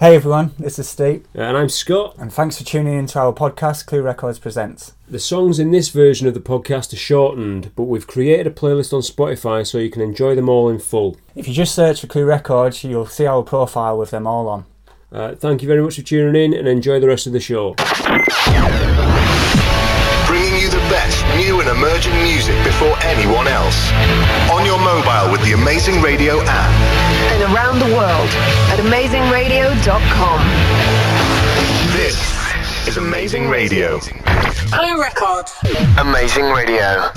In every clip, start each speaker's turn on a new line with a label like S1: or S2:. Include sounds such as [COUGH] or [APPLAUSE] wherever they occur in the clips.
S1: Hey everyone, this is Steve,
S2: Uh, And I'm Scott.
S1: and thanks for tuning in to our podcast, Clue Records Presents.
S2: The songs in this version of the podcast are shortened, but we've created a playlist on Spotify so you can enjoy them all in full.
S1: If you just search for Clue Records, you'll see our profile with them all on.
S2: Uh, thank you very much for tuning in and enjoy the rest of the show.
S3: bringing you the best new and emerging music before anyone else. On your mobile with the Amazing Radio app.
S4: and around the world at amazingradio.com.
S3: This is Amazing Radio.
S5: Blue Record.
S3: Amazing Radio.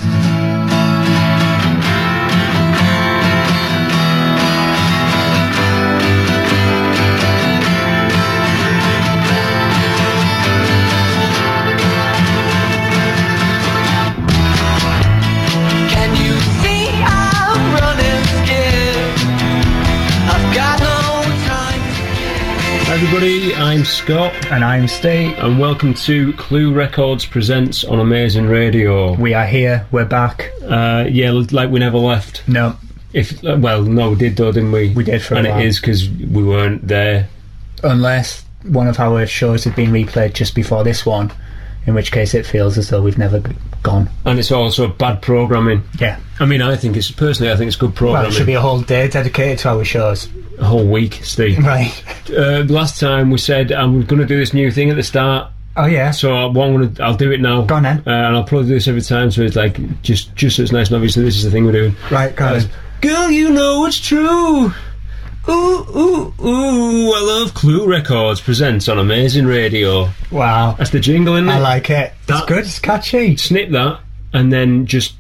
S5: Can you see I'm running scared? I've got no time.
S2: Hi everybody, I'm Scott,
S1: And I'm Steve.
S2: and welcome to Clue Records Presents on Amazing Radio.
S1: We are here, we're back.
S2: Uh, yeah, like we never left.
S1: No,
S2: If uh, well, no, we did though, didn't we?
S1: We did for a
S2: and
S1: while.
S2: it is because we weren't there.
S1: unless one of our shows had been replayed just before this one, in which case it feels as though we've never g- gone.
S2: And it's also bad programming.
S1: Yeah.
S2: I mean, I think it's personally, I think it's good
S1: Well,
S2: programming.
S1: it should be a whole day dedicated to our shows.
S2: a whole week, Steve.
S1: Right.
S2: uh, last time we said I'm going to do this new thing at the start,
S1: Oh, yeah.
S2: so I, what I'm going to I'll do it now.
S1: Go on then.
S2: Uh, and I'll probably do this every time, so it's like just just so it's nice and obvious that this is the thing we're doing.
S1: Right, go on.
S2: Uh, Girl, you know it's true. Ooh ooh ooh! I love Clue Records presents on Amazing Radio.
S1: Wow.
S2: That's the jingle, isn't it?
S1: I like it. It's
S2: That-
S1: good, it's catchy.
S2: Snip that, and then just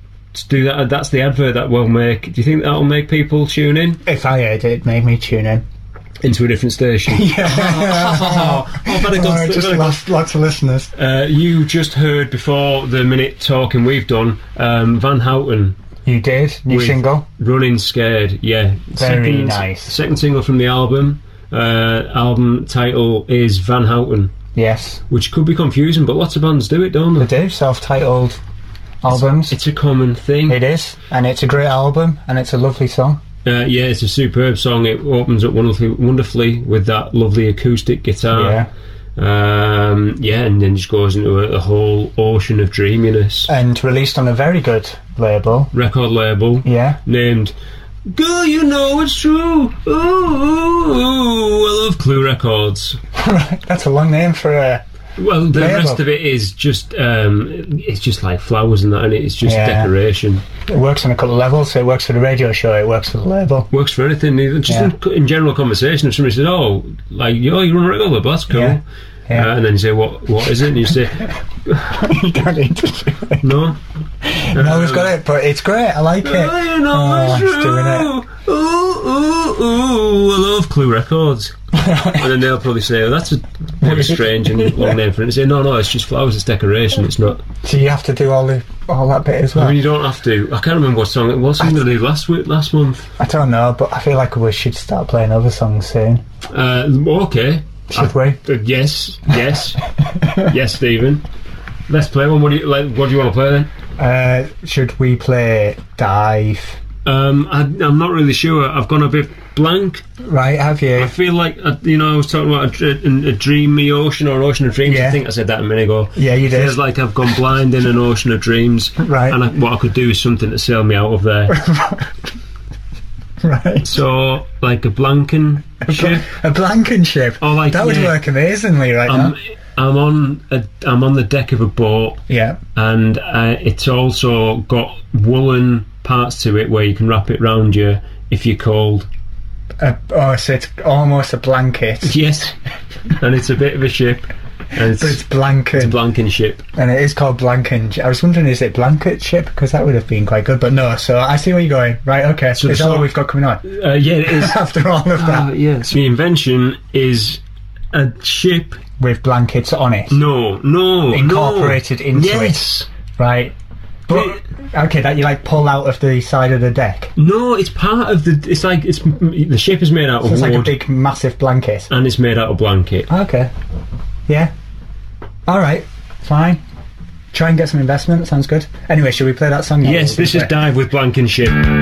S2: do that. That's the advert that will make. Do you think that'll make people tune in
S1: If I heard it, it made me tune in. [LAUGHS]
S2: into a different station?
S1: Yeah.
S2: oh, better go-
S1: Oh, I just
S2: better go-
S1: lost lots of listeners.
S2: Uh, you just heard before the minute talking we've done um, Van Houten
S1: You did new
S2: With-
S1: single.
S2: running scared. Yeah,
S1: Very nice.
S2: Second single from the album. Uh, album title is Van Houten,
S1: Yes,
S2: which could be confusing, but lots of bands do it, don't
S1: we
S2: they?
S1: do self-titled albums.
S2: It's a common thing.
S1: It is, and it's a great album, and it's a lovely song.
S2: Uh, yeah, it's a superb song. It opens up wonderfully, wonderfully with that lovely acoustic guitar. Yeah. Um, yeah, and then just goes into a, a whole ocean of dreaminess.
S1: and released on a very good label.
S2: Record label.
S1: Yeah,
S2: named Girl, You Know It's True. Ooh, ooh, ooh, I love Clue Records.
S1: that's a long name for uh, a.
S2: Well, the
S1: Label.
S2: rest of it is just, um, it's just like flowers and that, and it's just
S1: Yeah.
S2: decoration.
S1: It works on a couple of levels. So it works for the radio show. It works for
S2: [LAUGHS]
S1: the label.
S2: Works for anything, even just
S1: Yeah.
S2: in, co- in general conversation. If somebody says, "Oh, like yo, you run a record label, that's cool,"
S1: Yeah. Yeah.
S2: Uh, and then you say, "What? What is it?" And you say, [LAUGHS]
S1: you don't need to.
S2: "No."
S1: No, we've got it, but it's great. I like
S2: Girl,
S1: it.
S2: you know
S1: Oh,
S2: it's
S1: he's
S2: true.
S1: doing it.
S2: Ooh, ooh, ooh, I love Clue
S1: [LAUGHS]
S2: Records. and then they'll probably say, oh, that's a, what a strange and
S1: [LAUGHS]
S2: long name for it. And say, no, no, it's just flowers, it's decoration, it's not.
S1: So you have to do all the all that bit as
S2: I
S1: well.
S2: mean, you don't have to. I can't remember what song it was. Something they did last week, last month.
S1: I don't know, but I feel like we should start playing other songs soon.
S2: Uh, okay.
S1: Should we?
S2: Uh, yes, yes,
S1: [LAUGHS]
S2: yes, Stephen. Let's play one. What do you like? What do you want to play then?
S1: Uh, should we play Dive?
S2: Um, I, I'm not really sure. I've gone a bit blank.
S1: Right, have you?
S2: I feel like uh, you know I was talking about a, a, a dreamy ocean or ocean of dreams.
S1: Yeah.
S2: I think I said that a minute ago.
S1: Yeah, you did.
S2: Feels like I've gone blind in an ocean of dreams.
S1: Right.
S2: And I, what I could do is something to sail me out of there.
S1: [LAUGHS] [LAUGHS] Right.
S2: so like a blanken ship.
S1: A Blankenship.
S2: Or Oh, like Um,
S1: that would
S2: yeah,
S1: work amazingly right
S2: I'm,
S1: now.
S2: I'm on a, I'm on the deck of a boat
S1: Yeah.
S2: and uh, it's also got woolen parts to it where you can wrap it round you if you're cold. [LAUGHS]
S1: A, oh, so it's almost a blanket.
S2: Yes. and it's a bit of a ship. And it's,
S1: But it's blanket,
S2: a blanken ship.
S1: and it is called Blankenship. I was wondering, is it blanket ship? Because that would have been quite good, but no. So I see where you're going. Right, okay.
S2: So
S1: is
S2: the Uh,
S1: that what
S2: song-
S1: we've got coming on? [LAUGHS]
S2: Uh, yeah, it is.
S1: After all of that,
S2: yes. The invention is a ship.
S1: with blankets on it,
S2: No, no,
S1: Incorporated
S2: no.
S1: into
S2: yes.
S1: right? But
S2: It-
S1: okay, that you like pull out of the side of the deck.
S2: No, it's part of the. It's like it's the ship is made out of
S1: It's
S2: wood
S1: like a big, massive blanket.
S2: and it's made out of blanket.
S1: Okay. Yeah. All right. Fine. Try and get some investment. Sounds good. Anyway, should we play that song? now?
S2: Yes, this is dive with blanken ship.
S3: Girl,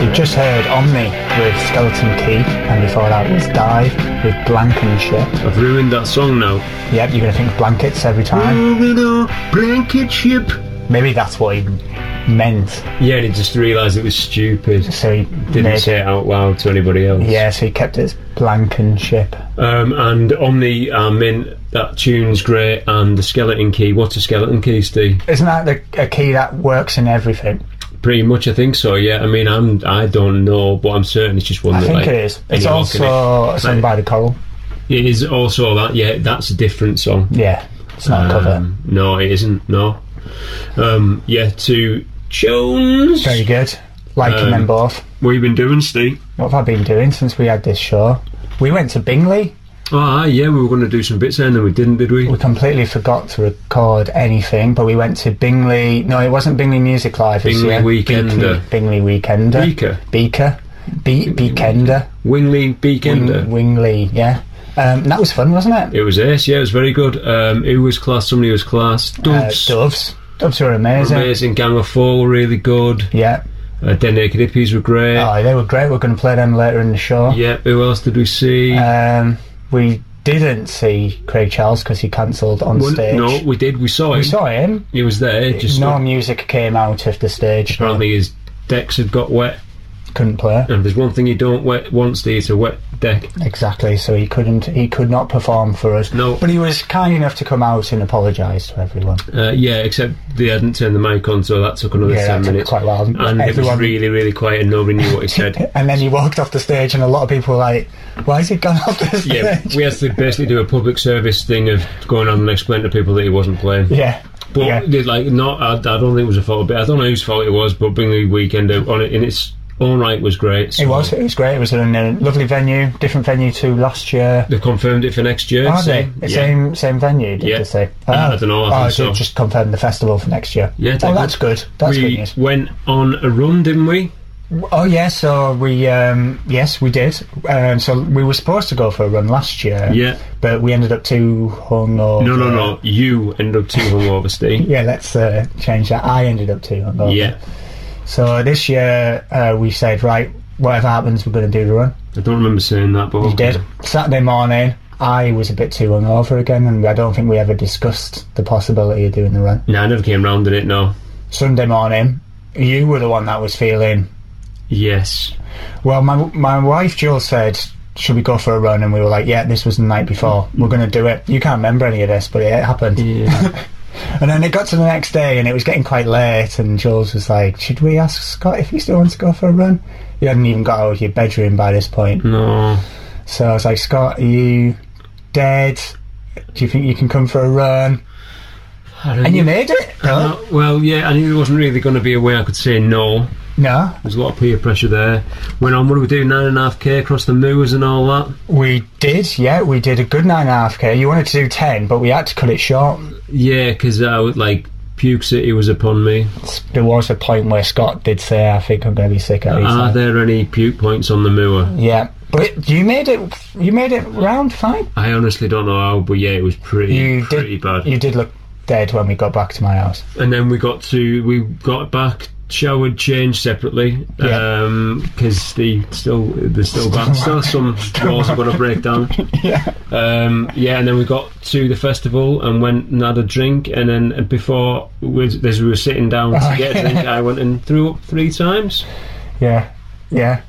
S1: you've just heard Omni with Skeleton Key, and before that was Dive with Blankenship.
S2: I've ruined that song now.
S1: Yep, you're going to think blankets every time.
S2: blanket ship.
S1: Maybe that's what he meant.
S2: Yeah, and he just realised it was stupid.
S1: So he
S2: Didn't
S1: made
S2: say it out loud to anybody else.
S1: Yeah, so he kept it as Blankenship.
S2: Um, and Omni, I mean, that tune's great. And the skeleton key. What's a skeleton key, Steve?
S1: Isn't that the, a key that works in everything?
S2: Pretty much, I think so. Yeah. I mean, I'm. I don't know, but I'm certain it's just one.
S1: I
S2: that,
S1: think
S2: like,
S1: it is. It's
S2: anyone can-
S1: also sung by the Coral.
S2: It is also that. Yeah, that's a different song.
S1: Yeah, it's not a cover.
S2: Um, no, it isn't. No. Um, yeah, to Jones.
S1: Very good. Liking
S2: um,
S1: them both.
S2: What you been doing, Steve?
S1: What have I been doing since we had this show? We went to Bingley.
S2: Oh, aye, yeah, we were going to do some bits there, and then we didn't, did we?
S1: We completely forgot to record anything, but we went to Bingley. No, it wasn't Bingley Music Live. it's,
S2: Bingley
S1: uh,
S2: Weekender.
S1: Bingley, Bingley Weekender.
S2: Beaker.
S1: Beaker. Be- Beekender.
S2: Wingley Beekender.
S1: Wing- Wingley, yeah. Um, that was fun, wasn't it?
S2: it was ace, yeah, it was very good. Um, who was class? Somebody was class. Dubs.
S1: Uh, Doves. Doves were amazing.
S2: Amazing. Gang of Four were really good.
S1: Yeah.
S2: Uh, Dead Naked Hippies were great.
S1: Oh, they were great. We're going to play them later in the show.
S2: yeah, who else did we see?
S1: Um, we didn't see Craig Charles because he cancelled on
S2: Well,
S1: stage.
S2: no, we did. We saw him.
S1: We saw him.
S2: He was there. Just
S1: no music came out of the stage.
S2: apparently his decks had got wet.
S1: Couldn't play.
S2: And if there's one thing you don't wet, want, Steve, it's a wet deck.
S1: Exactly. So he couldn't. He could not perform for us.
S2: No.
S1: But he was kind enough to come out and apologise to everyone.
S2: Uh, yeah, except they hadn't turned the mic on, so that took another 10
S1: Yeah, that took
S2: minutes.
S1: quite a while.
S2: And
S1: Everyone-
S2: it was really, really quiet, and nobody knew what he
S1: [LAUGHS]
S2: said.
S1: And then he walked off the stage, and a lot of people were like, "Why has he gone off the stage?"
S2: [LAUGHS] yeah, we had to basically do a public service thing of going on and explaining to people that he wasn't playing.
S1: yeah.
S2: But
S1: yeah.
S2: they, like, not, I, I don't think it was a fault. But I don't know whose fault it was. But Bingley Weekend uh, on it in its own right was great.
S1: It
S2: so
S1: was. It was great. It was in a lovely venue, different venue to last year.
S2: They confirmed it for next year.
S1: Are
S2: so,
S1: they?
S2: Yeah.
S1: Same same venue, did
S2: Yeah. Ah,
S1: they say?
S2: I don't know, I
S1: oh,
S2: think so.
S1: they just confirmed the festival for next year.
S2: Yeah, they
S1: oh,
S2: did.
S1: that's good. That's
S2: we
S1: good news.
S2: went on a run, didn't we?
S1: Oh, yeah, so we, um, yes, we did. Um, so we were supposed to go for a run last year.
S2: Yeah.
S1: But we ended up too hungover.
S2: No, no, no. You ended up too hungover, Steve.
S1: Yeah, let's uh, change that. I ended up too hungover.
S2: yeah.
S1: So this year uh, we said, right, whatever happens, we're going to do the run.
S2: I don't remember saying that, but
S1: We did. Saturday morning, I was a bit too hungover again, and I don't think we ever discussed the possibility of doing the run.
S2: No, I never came round in it. No.
S1: Sunday morning, you were the one that was feeling.
S2: Yes.
S1: Well, my my wife Jill said, "Should we go for a run?" And we were like, "Yeah, this was the night before. We're going to do it." You can't remember any of this, but it happened.
S2: Yeah.
S1: And then it got to the next day, and it was getting quite late. And Jules was like, "Should we ask Scott if he still wants to go for a run?" You hadn't even got out of your bedroom by this
S2: Hmm.
S1: point,
S2: no.
S1: so I was like, "Scott, are you dead? Do you think you can come for a run?"
S2: I don't
S1: And you
S2: know.
S1: made it. No,
S2: Uh, well, yeah, I knew there wasn't really going to be a way I could say no.
S1: no.
S2: There's a lot of peer pressure there. Went on, what do we do? Nine and a half K across the moors and all that.
S1: we did. Yeah, we did a good nine and a half k. You wanted to do ten, but we had to cut it short.
S2: Yeah, because I would like puke city was upon me.
S1: there was a point where Scott did say, "I think I'm going to be sick at least."
S2: Are there any puke points on the moor?
S1: yeah, but you made it. You made it round fine.
S2: I honestly don't know how, but yeah, it was pretty
S1: You
S2: pretty
S1: did.
S2: bad.
S1: You did look dead when we got back to my house.
S2: and then we got to we got back. Showered, changed separately because
S1: Yeah.
S2: the still there's still bad, still some walls are going to break down.
S1: [LAUGHS] Yeah,
S2: Um, yeah, and then we got to the festival and went and had a drink. And then before, we, as we were sitting down to
S1: Oh,
S2: get
S1: yeah.
S2: a drink, I went and threw up three times.
S1: yeah, yeah.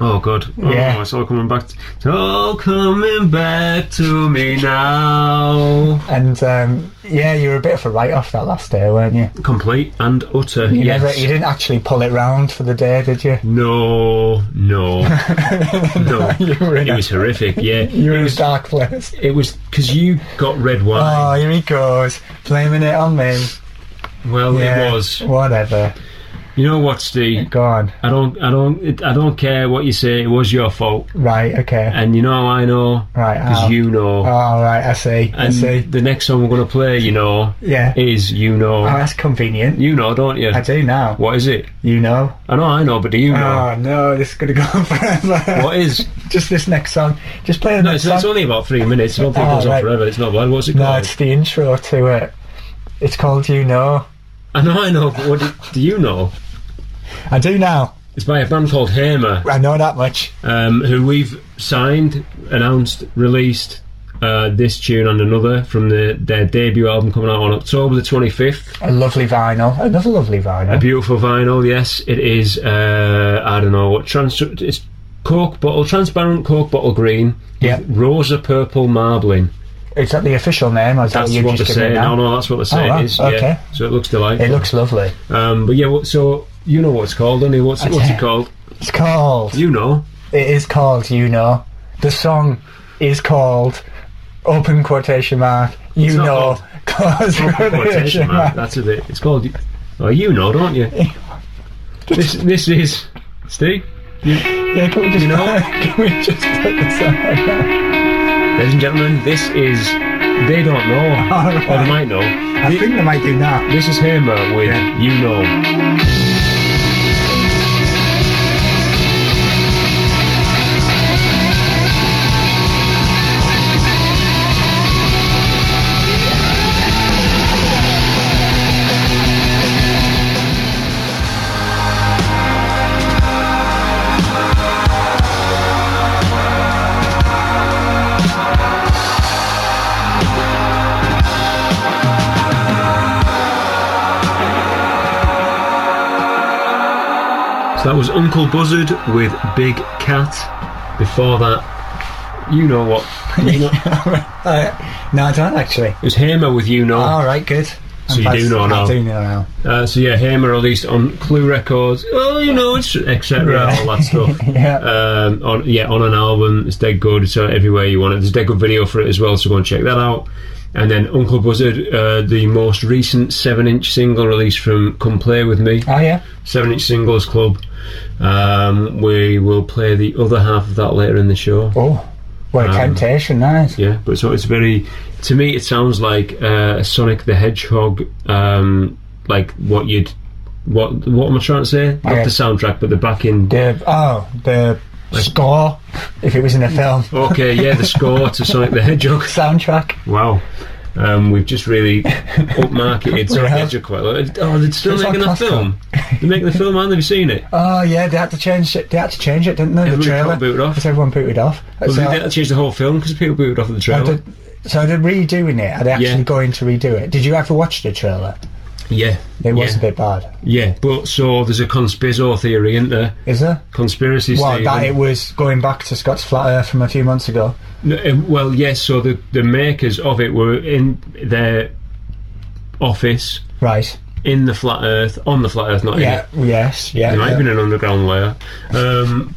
S2: Oh god! Oh,
S1: Yeah.
S2: it's all coming back. To, it's all coming back to me now.
S1: And um, yeah, you were a bit of a write-off that last day, weren't you?
S2: Complete and utter.
S1: You
S2: yes.
S1: never. You didn't actually pull it round for the day, did you?
S2: No,
S1: [LAUGHS]
S2: no, no.
S1: You were in
S2: It
S1: a-
S2: was horrific. Yeah,
S1: [LAUGHS] You were
S2: it
S1: in a
S2: was.
S1: dark place.
S2: [LAUGHS] It was because you got red
S1: Oh,
S2: wine.
S1: here he goes, blaming it on me.
S2: well,
S1: Yeah,
S2: it was.
S1: Whatever.
S2: You know what, Steve?
S1: Go on.
S2: I don't, I don't, it, I don't care what you say. It was your fault,
S1: Right. Okay.
S2: and you know how I know
S1: Right.
S2: because
S1: Al.
S2: you know.
S1: Oh, right. I see. I
S2: and
S1: see.
S2: the next song we're gonna play, you know,
S1: Yeah.
S2: is you know.
S1: Oh, that's convenient.
S2: you know, don't you?
S1: I do now.
S2: What is it?
S1: You know?
S2: I know, I know, but do you know?
S1: Oh no, this is gonna go on [LAUGHS] forever.
S2: what
S1: [LAUGHS]
S2: is?
S1: Just this next song. Just play the
S2: No,
S1: next
S2: it's, it's
S1: song.
S2: only about three minutes. I don't think it
S1: Oh,
S2: goes on
S1: right.
S2: forever. It's not bad. What's it
S1: No,
S2: called?
S1: it's the intro to it. It's called You Know.
S2: I know, I know, but what do, do you know?
S1: I do now.
S2: It's by a band called Hamer,
S1: I know that much.
S2: um, who we've signed, announced, released uh, this tune and another from the, their debut album coming out on October the 25th.
S1: A lovely vinyl. Another lovely
S2: A
S1: vinyl.
S2: beautiful vinyl, yes. It is, uh, I don't know, what trans- it's cork bottle, transparent cork bottle green
S1: Yeah.
S2: with rosa purple marbling.
S1: Is that the official name, or is
S2: That's
S1: that you
S2: what they're
S1: just giving
S2: saying.
S1: it
S2: No,
S1: out?
S2: no, that's what they're saying.
S1: wow,
S2: it is,
S1: okay.
S2: yeah. So it looks delightful.
S1: It looks lovely.
S2: um, but yeah, what, so you know what it's called, don't you? What's,
S1: I
S2: what's
S1: do.
S2: it called?
S1: It's called.
S2: You know.
S1: It is called. You know. The song is called. Open quotation mark. You
S2: not
S1: know. [LAUGHS] Close
S2: Quotation
S1: quotation
S2: mark.
S1: mark.
S2: That's a bit. It's called. Oh, you know, don't you? this this is Steve.
S1: Yeah, can we just
S2: You know?
S1: [LAUGHS] can we just put this on?
S2: Ladies and gentlemen, this is. They don't know,
S1: All
S2: or they
S1: right.
S2: might know.
S1: I think they might do that.
S2: This is Hamer with
S1: Yeah.
S2: You Know. So that was Uncle Buzzard with Big Cat. Before that, you know
S1: [LAUGHS]
S2: what? You know, it
S1: Uh, no, I don't actually.
S2: was Hamer with You Know.
S1: All right, good.
S2: Oh. So you do know
S1: I
S2: now.
S1: do know now.
S2: Uh, so yeah, Hamer released on Clue Records. Oh, you know, it's etc.
S1: Yeah.
S2: All that stuff.
S1: [LAUGHS] Yeah.
S2: Um, on yeah, on an album, it's dead good. So everywhere you want it, there's a dead good video for it as well. So go and check that out. And then Uncle Buzzard, uh, the most recent seven-inch single released from "Come Play with Me."
S1: oh yeah.
S2: Seven-inch singles club. Um, we will play the other half of that later in the show.
S1: Oh, what a
S2: Um,
S1: temptation that is.
S2: Yeah, but so it's very. To me, it sounds like uh, Sonic the Hedgehog. Um, like what you'd, what what am I trying to say? Not
S1: Yeah.
S2: the soundtrack, but the
S1: [LAUGHS]
S2: backing.
S1: The oh the score, if it was in a
S2: [LAUGHS]
S1: film,
S2: Okay, yeah, the score to Sonic the Hedgehog.
S1: soundtrack.
S2: Wow. Um, we've just
S1: [LAUGHS]
S2: really upmarketed Sonic the
S1: have.
S2: Hedgehog quite a lot. Oh, they're still
S1: It's like
S2: making a
S1: Costco.
S2: film. They're making a film, aren't they? Have you seen it?
S1: Oh yeah, they had to change it. They had to change it, didn't they?
S2: Everybody
S1: the trailer.
S2: got booted off.
S1: Because everyone booted off.
S2: Well,
S1: so,
S2: they had to change the whole film because people booted off of the
S1: are
S2: trailer.
S1: they- so they're redoing it. Are they actually
S2: Yeah.
S1: going to redo it? Did you ever watch the trailer?
S2: Yeah.
S1: It was
S2: yeah.
S1: a bit bad.
S2: Yeah, but so there's a conspiracy theory, isn't there?
S1: Is there?
S2: Conspiracy
S1: Well,
S2: theory.
S1: that it was going back to Scott's flat Earth from a few months ago.
S2: No, uh, well, yes. So the the makers of it were in their office
S1: Right.
S2: in the flat Earth, on the flat Earth, not in
S1: Yeah.
S2: it.
S1: Yes. Yeah.
S2: There might
S1: yeah.
S2: have been an underground layer. Um,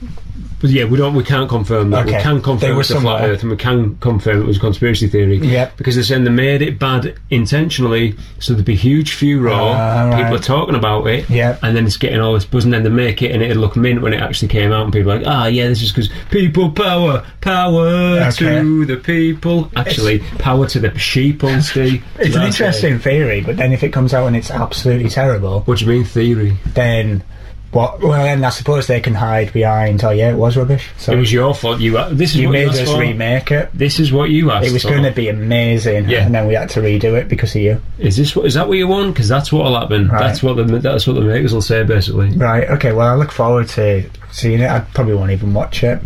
S2: but yeah, we don't. We can't confirm that. We
S1: Okay.
S2: can
S1: They
S2: confirm
S1: were
S2: it's a flat
S1: somewhere.
S2: Earth, and we can confirm it was a conspiracy theory.
S1: Yep.
S2: Because they're saying they made it bad intentionally, so there'd be huge furore.
S1: Ah,
S2: People
S1: right.
S2: are talking about it.
S1: Yep.
S2: And then it's getting all this buzz, and then they make it, and it'd look mint when it actually came out, and people are like, ah, yeah, this is because people power, power
S1: Okay.
S2: to the people. Actually, power to the sheeple, Steve.
S1: [LAUGHS] It's an
S2: That's it.
S1: interesting theory, but then if it comes out and it's absolutely terrible,
S2: What do you mean theory?
S1: then what? Well, then I suppose they can hide behind. Oh yeah, it was rubbish. So
S2: It was your fault. You uh, this is
S1: you
S2: what you
S1: made
S2: asked
S1: us
S2: for.
S1: remake it.
S2: This is what you asked.
S1: It was
S2: for.
S1: going to be amazing,
S2: Yeah.
S1: and then we had to redo it because of you.
S2: Is this what? Is that what you want? Because that's what'll happen.
S1: Right.
S2: That's what the that's what the makers will say basically.
S1: Right. Okay. Well, I look forward to seeing it. I probably won't even watch it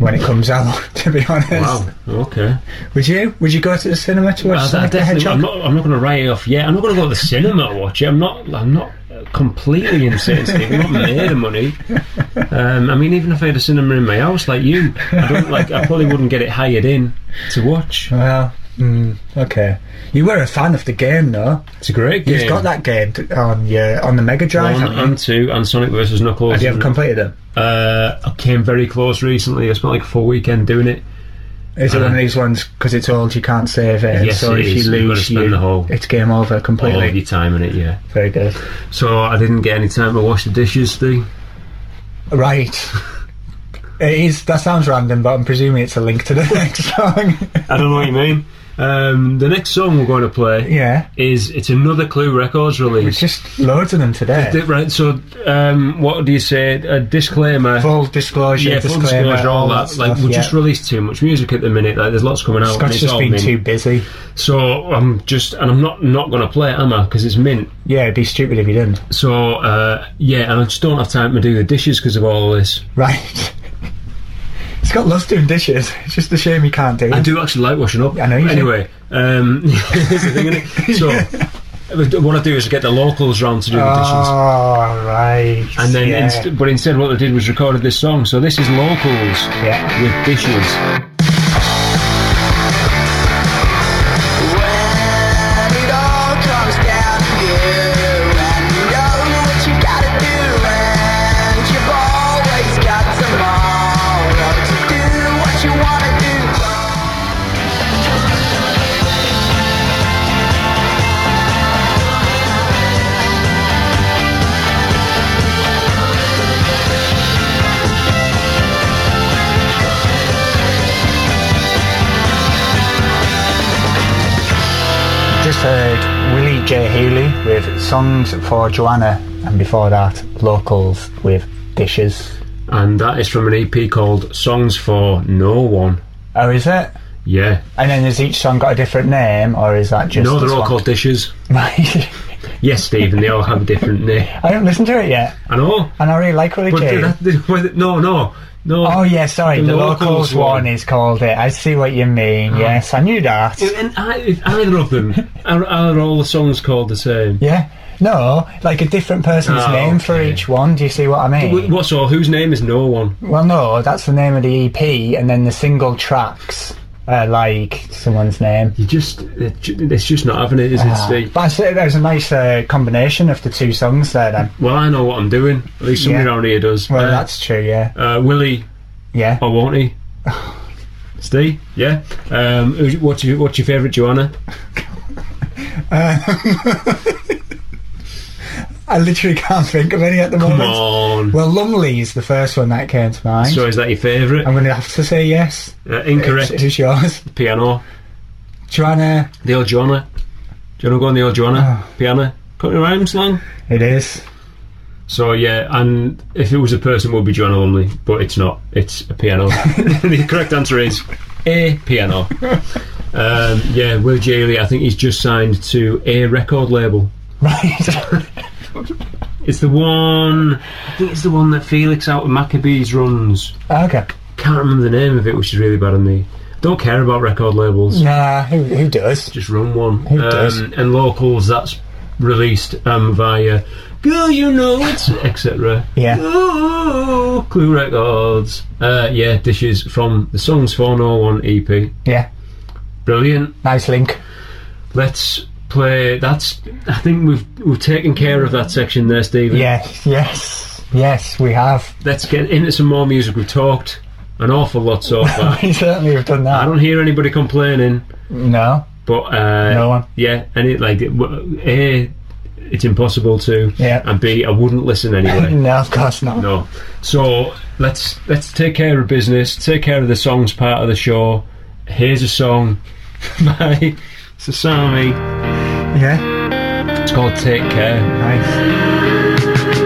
S1: when it comes [LAUGHS] out. To be honest,
S2: Wow. Okay.
S1: would you? Would you go to the cinema to watch
S2: I, I
S1: Sonic the
S2: definitely.
S1: Hedgehog?
S2: I'm not. I'm not going to write it off yet. I'm not going to go to the cinema and watch it. I'm not. I'm not completely insane. Steve. I'm not made of money. Um, I mean, even if I had a cinema in my house like you, I don't like. I probably wouldn't get it hired in to watch.
S1: Well, mm, okay. You were a fan of the game, though.
S2: It's a great game.
S1: You've got that game t- on your on the Mega Drive.
S2: One
S1: haven't you?
S2: and two, and Sonic versus Knuckles.
S1: Have you ever
S2: And,
S1: completed it?
S2: uh, I came very close recently. I spent like a full weekend doing it.
S1: Is
S2: Uh,
S1: it one of these ones because it's old you can't save it? and
S2: Yes,
S1: so
S2: it
S1: if
S2: is.
S1: you
S2: You've gotta
S1: lose,
S2: spend
S1: you-
S2: the whole- Oh,
S1: it's game over
S2: All
S1: completely.
S2: of your time in it, yeah.
S1: Very good.
S2: So I didn't get any time to wash the dishes, Steve.
S1: Right. It is. That sounds random, but I'm presuming it's a link to the [LAUGHS] next song.
S2: I don't know what you mean. Um, the next song we're going to play
S1: yeah.
S2: is it's another Clue Records
S1: It's
S2: release.
S1: just loads of them today.
S2: Di- Right, so um, what do you say? A disclaimer.
S1: Full disclosure,
S2: yeah, full
S1: disclaimer,
S2: disclosure, all that. like,
S1: stuff,
S2: we
S1: yeah.
S2: just released too much music at the minute. Like, there's lots coming out. and
S1: Scott's
S2: it's
S1: just
S2: all
S1: been
S2: mint.
S1: too busy.
S2: So I'm just, and I'm not not going to play it, am I? Because it's mint.
S1: Yeah, it'd be stupid if you didn't. [LAUGHS]
S2: So uh, yeah, and I just don't have time to do the dishes because of all this.
S1: Right. Scott loves doing dishes. It's just a shame he can't do it.
S2: I do actually like washing up.
S1: I know you do.
S2: Anyway, um, [LAUGHS] here's the thing, innit? So [LAUGHS] what I do is I get the locals round to do the dishes.
S1: Oh, right.
S2: And then,
S1: Ah, yeah.
S2: inst- but instead, what they did was recorded this song. So this is locals
S1: Yeah.
S2: with dishes.
S1: Just heard Willie J. Healy with Songs for Joanna, and before that, Locals with Dishes.
S2: and that is from an EP called Songs for No One.
S1: Oh, is it?
S2: Yeah,
S1: And then has each song got a different name, or is that just.
S2: no, they're
S1: this
S2: all
S1: one?
S2: called dishes.
S1: [LAUGHS] Right.
S2: Yes, Stephen, they all have a different name.
S1: I haven't listened to it yet,
S2: I know,
S1: and I really like Willie
S2: but
S1: J.
S2: that, the- with- no, no, no.
S1: Oh yeah, sorry.
S2: The
S1: The, locals,
S2: Locals
S1: one
S2: one. Uh-huh.
S1: is called it. I see what you mean. Yes, I knew that.
S2: And I, if either of them are, are all the songs called the same?
S1: Yeah. No, like a different person's
S2: Oh,
S1: name for
S2: okay.
S1: each one. Do you see what I
S2: Wh-
S1: mean?
S2: What so? Whose name is No One?
S1: well, no, that's the name of the EP, and then the single tracks are like someone's name.
S2: You just, it ju- it's just not having it, is it, Steve?
S1: But I see there's a nice uh, combination of the two songs there. Then.
S2: Well, I know what I'm doing. At least somebody
S1: Yeah.
S2: around here does.
S1: Well,
S2: Uh,
S1: that's true. Yeah.
S2: uh, Willie
S1: Yeah.
S2: or won't
S1: [SIGHS]
S2: he? Steve, yeah. Um, who's- what's your what's your favourite Joanna?
S1: I literally can't think of any at the
S2: Come
S1: moment.
S2: on.
S1: Well, Lumley is the first one that came to mind.
S2: So is that your favourite?
S1: I'm going to have to say yes.
S2: Uh, incorrect.
S1: Who's yours?
S2: Piano.
S1: Joanna.
S2: The old Joanna. Do you want to go on the old
S1: Ah.
S2: Joanna? Piano. Cut your rhymes, long.
S1: It is.
S2: So yeah, and if it was a person, it would be Joanna Lumley, but it's not. It's a piano. the correct answer is a piano. Um, yeah, Will Jaley, I think he's just signed to a record label.
S1: Right.
S2: It's the one. I think it's the one that Felix out of Maccabees runs.
S1: [LAUGHS] okay.
S2: Can't remember the name of it, which is really bad on me. Don't care about record labels.
S1: Nah, who, who does?
S2: just run one. Um,
S1: Who does?
S2: And locals, that's released um, via Girl You Know It's, etc.
S1: Yeah.
S2: Ooh, Clue Records. Uh, yeah, dishes from the Songs 401 EP.
S1: Yeah,
S2: E Brilliant.
S1: nice link.
S2: Let's play. That's. I think we've we've taken care of that section there, Stephen.
S1: Yes, yes, yes, we have. [LAUGHS]
S2: Let's get into some more music. We've talked an awful lot so
S1: [LAUGHS]
S2: far.
S1: we certainly have done
S2: I
S1: that.
S2: don't hear anybody complaining.
S1: No,
S2: But uh,
S1: No one.
S2: Yeah, and it like it, w- a, it's impossible to.
S1: Yeah.
S2: And b, I wouldn't listen anyway.
S1: no, of course not.
S2: no. So let's let's take care of business. Take care of the songs part of the show. Here's a song [LAUGHS] by Sasami.
S1: Yeah,
S2: It's called Take Care.
S1: nice.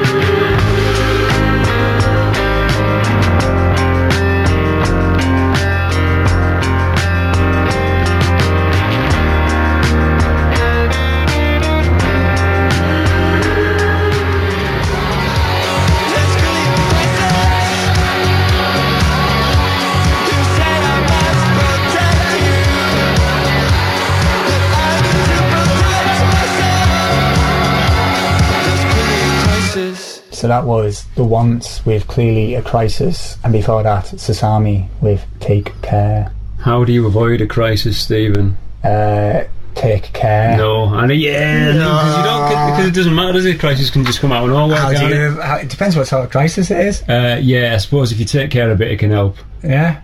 S1: So that was The Once with Clearly a Crisis, and before that, Sasami with Take Care.
S2: How do you avoid a crisis, Stephen?
S1: Uh, take Care.
S2: No, and uh, yeah, no, because you don't because it doesn't matter. Does it? Crisis can just come out of nowhere.
S1: How do
S2: can't
S1: you, how, it depends what sort of crisis it is.
S2: it? Uh, yeah, I suppose if you take care of it, it can help.
S1: Yeah.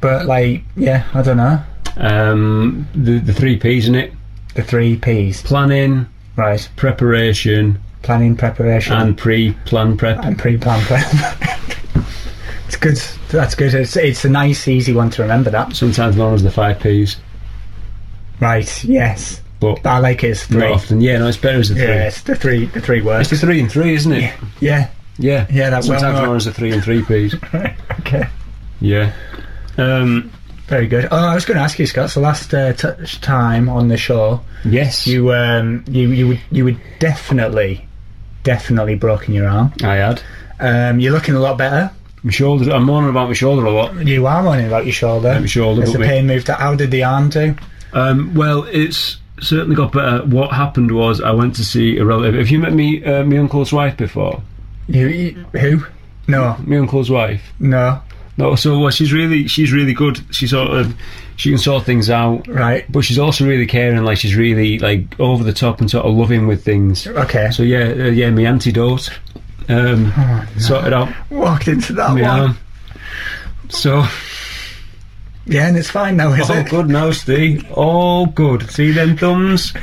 S1: But, like, yeah, I don't know.
S2: Um, the the three P's in it:
S1: The three P's.
S2: planning,
S1: Right.
S2: preparation
S1: Planning, preparation,
S2: and pre-plan prep.
S1: and pre-plan prep. [LAUGHS] It's good. That's good. It's, it's a nice, easy one to remember that.
S2: Sometimes known as the five P's,
S1: Right, yes.
S2: but
S1: But I like it as three.
S2: not often. Yeah, no, it's better as the three.
S1: Yeah, it's the three, the three
S2: It's
S1: words.
S2: the three and three, isn't it?
S1: Yeah, yeah,
S2: Yeah,
S1: Yeah, that
S2: sometimes
S1: well-
S2: known as the three and three P's.
S1: okay.
S2: [LAUGHS] yeah. Um,
S1: Very good. Oh, I was going to ask you, Scott, so last uh, t- time on the show,
S2: yes,
S1: you, um, you, you, would, you would definitely, definitely broken your arm.
S2: I had.
S1: Um, you're looking a lot better.
S2: My shoulder. I'm moaning about my shoulder a lot.
S1: You are moaning about your shoulder.
S2: My shoulder,
S1: Has
S2: but
S1: the
S2: my-
S1: pain moved out? How did the arm do?
S2: Um, well, it's certainly got better. What happened was I went to see a relative. Have you met me, uh, my uncle's wife before?
S1: You, you who? No,
S2: My uncle's wife.
S1: no.
S2: No. So well, she's really she's really good. She sort of she can sort things out.
S1: Right.
S2: But she's also really caring, like she's really like over the top and sort of loving with things.
S1: Okay.
S2: So yeah, uh, yeah, my antidote um, sorted out
S1: Walked into that
S2: my
S1: one.
S2: arm. So
S1: Yeah, and it's fine now, is
S2: all
S1: it?
S2: Oh, good now, Steve. All good. See them thumbs.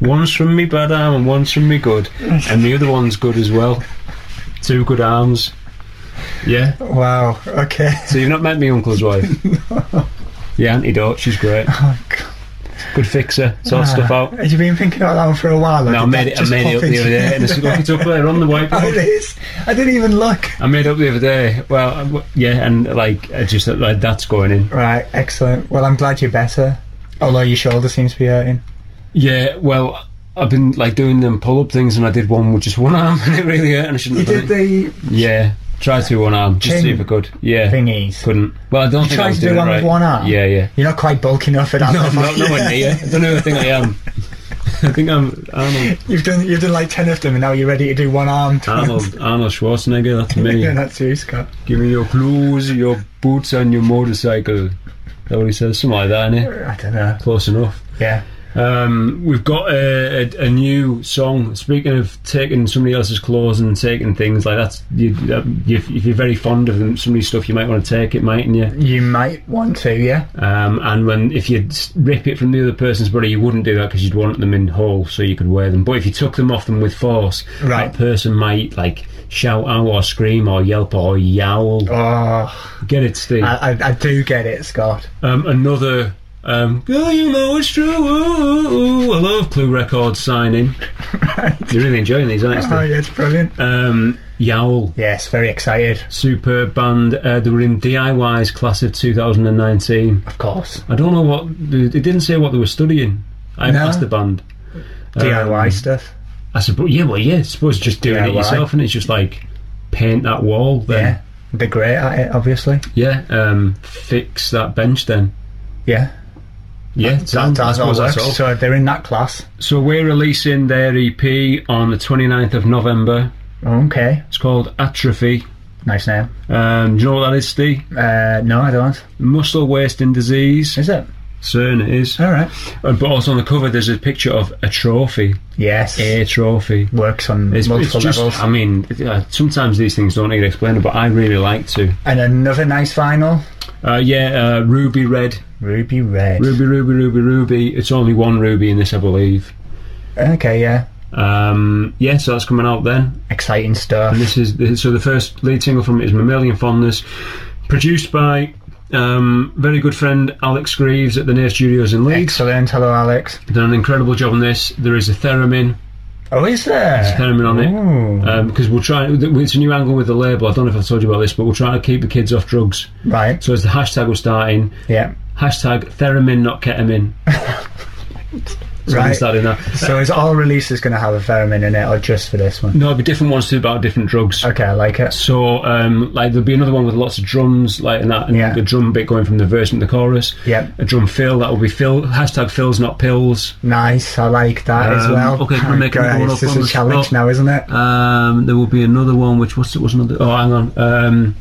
S2: One's from me bad arm and one's from me good, and the other one's good as well. Two good arms. Yeah.
S1: Wow. Okay.
S2: So you've not met my uncle's
S1: [LAUGHS]
S2: wife. Yeah, antidote. She's great.
S1: Oh, God.
S2: Good fixer. Sort stuff out.
S1: Have you been thinking about that one for a while? or
S2: No, I
S1: did
S2: made it.
S1: that
S2: I
S1: just
S2: made it
S1: pop
S2: up the
S1: into
S2: other
S1: your
S2: day, and it's
S1: head?
S2: look, it's up there on the
S1: [LAUGHS] Oh, it
S2: whiteboard.
S1: is. I didn't even look.
S2: I made it up the other day. Well, I w- yeah, and like I just like that's going in.
S1: Right. Excellent. Well, I'm glad you're better. Although your shoulder seems to be hurting.
S2: Yeah, well, I've been like doing them pull up things, and I did one with just one arm, [LAUGHS] and it really hurt, and I shouldn't
S1: You
S2: have done
S1: did
S2: it.
S1: the
S2: Yeah, tried to one arm just to see
S1: Chin
S2: if I could. Yeah,
S1: thingies.
S2: couldn't. Well, I don't think
S1: tried
S2: I was
S1: to do
S2: doing it
S1: one with
S2: right.
S1: one arm?
S2: Yeah,
S1: [LAUGHS]
S2: yeah.
S1: You're not quite bulky enough for
S2: [LAUGHS]
S1: that.
S2: No,
S1: level.
S2: I'm not nowhere
S1: [LAUGHS]
S2: near. I don't even think I am. I think I'm Arnold.
S1: You've done you've done like ten of them, and now you're ready to do one arm.
S2: Arnold, Arnold Schwarzenegger, that's Ah, me.
S1: [LAUGHS] yeah, that's you, Scott.
S2: Give me your clothes, your boots, and your motorcycle. That what he says, something like that, innit?
S1: I don't know.
S2: Close enough.
S1: Yeah.
S2: Um, we've got a, a, a new song. Speaking of taking somebody else's clothes and taking things like that's you, that, you, if you're very fond of them, somebody's stuff, you might want to take it, mightn't you?
S1: You might want to, yeah.
S2: Um, and when if you rip it from the other person's body, you wouldn't do that because you'd want them in whole so you could wear them. But if you took them off them with force,
S1: Right.
S2: that person might like shout out or scream or yelp or yowl.
S1: Oh,
S2: Get it, Steve?
S1: I, I, I do get it, Scott.
S2: um, another um, girl, you know it's true. Ooh, ooh, ooh. I love Clue Records signing. You're really enjoying these, aren't you?
S1: Oh,
S2: Steve?
S1: yeah, it's brilliant.
S2: Um, Yowl,
S1: Yes, very excited,
S2: superb band. Uh, they were in DIY's class of 2019.
S1: of course.
S2: I don't know what they they didn't say what they were studying. I
S1: No.
S2: asked the band.
S1: DIY
S2: Um,
S1: stuff.
S2: I suppose. Yeah, well, yeah. I suppose just doing it
S1: DIY.
S2: yourself, and it's just like paint that wall.
S1: Yeah.
S2: Then
S1: They're great at it, obviously.
S2: yeah. Um, fix that bench. Then
S1: Yeah.
S2: yeah. done.
S1: That- that's
S2: I
S1: how it
S2: suppose that's all.
S1: works. So they're in that class.
S2: So we're releasing their EP on the 29th of November.
S1: Okay.
S2: It's called Atrophy.
S1: Nice name.
S2: Um, do you know what that is, Steve?
S1: Uh, no, I don't.
S2: Muscle wasting disease.
S1: Is it?
S2: CERN it is.
S1: All right.
S2: Uh, but also on the cover, there's a picture of a trophy.
S1: Yes.
S2: A trophy.
S1: Works on
S2: It's,
S1: multiple
S2: it's just,
S1: levels.
S2: I mean, uh, sometimes these things don't need explaining, but I really like to.
S1: and another nice vinyl.
S2: Uh, yeah, uh, ruby red.
S1: Ruby Red.
S2: Ruby, ruby, ruby, ruby. It's only one ruby in this, I believe.
S1: Okay, yeah.
S2: Um, yeah, so that's coming out then.
S1: Exciting stuff.
S2: And this is the, so the first lead single from it is Mammalian Fondness, produced by um, very good friend Alex Greaves at the Nair Studios in Leeds.
S1: Excellent. Hello, Alex.
S2: Done an incredible job on this. There is a theremin,
S1: Oh, is there?
S2: theremin on it
S1: Ooh.
S2: because we'll try. It's a new angle with the label. I don't know if I told you about this, but we'll try to keep the kids off drugs.
S1: right.
S2: So as the hashtag was starting,
S1: yeah.
S2: hashtag theremin not
S1: [LAUGHS]
S2: ketamine. so I'm
S1: Right.
S2: starting that.
S1: So is all releases going to have a pheromone in it, or just for
S2: [LAUGHS]
S1: this one?
S2: No, it'll be different ones too about different drugs.
S1: Okay, I like it.
S2: So, um, like, there'll be another one with lots of drums, like, and that, and
S1: Yeah.
S2: the drum bit going from the verse into the chorus.
S1: Yep.
S2: A drum fill, that will be fill, hashtag fills, not pills.
S1: Nice, I like that as
S2: Um,
S1: well.
S2: okay, can we
S1: Oh,
S2: make another one
S1: guys,
S2: up
S1: This
S2: on
S1: is
S2: the
S1: a challenge
S2: spot?
S1: now, isn't it?
S2: Um, there will be another one, which, what's it, was another, oh, hang on. Um,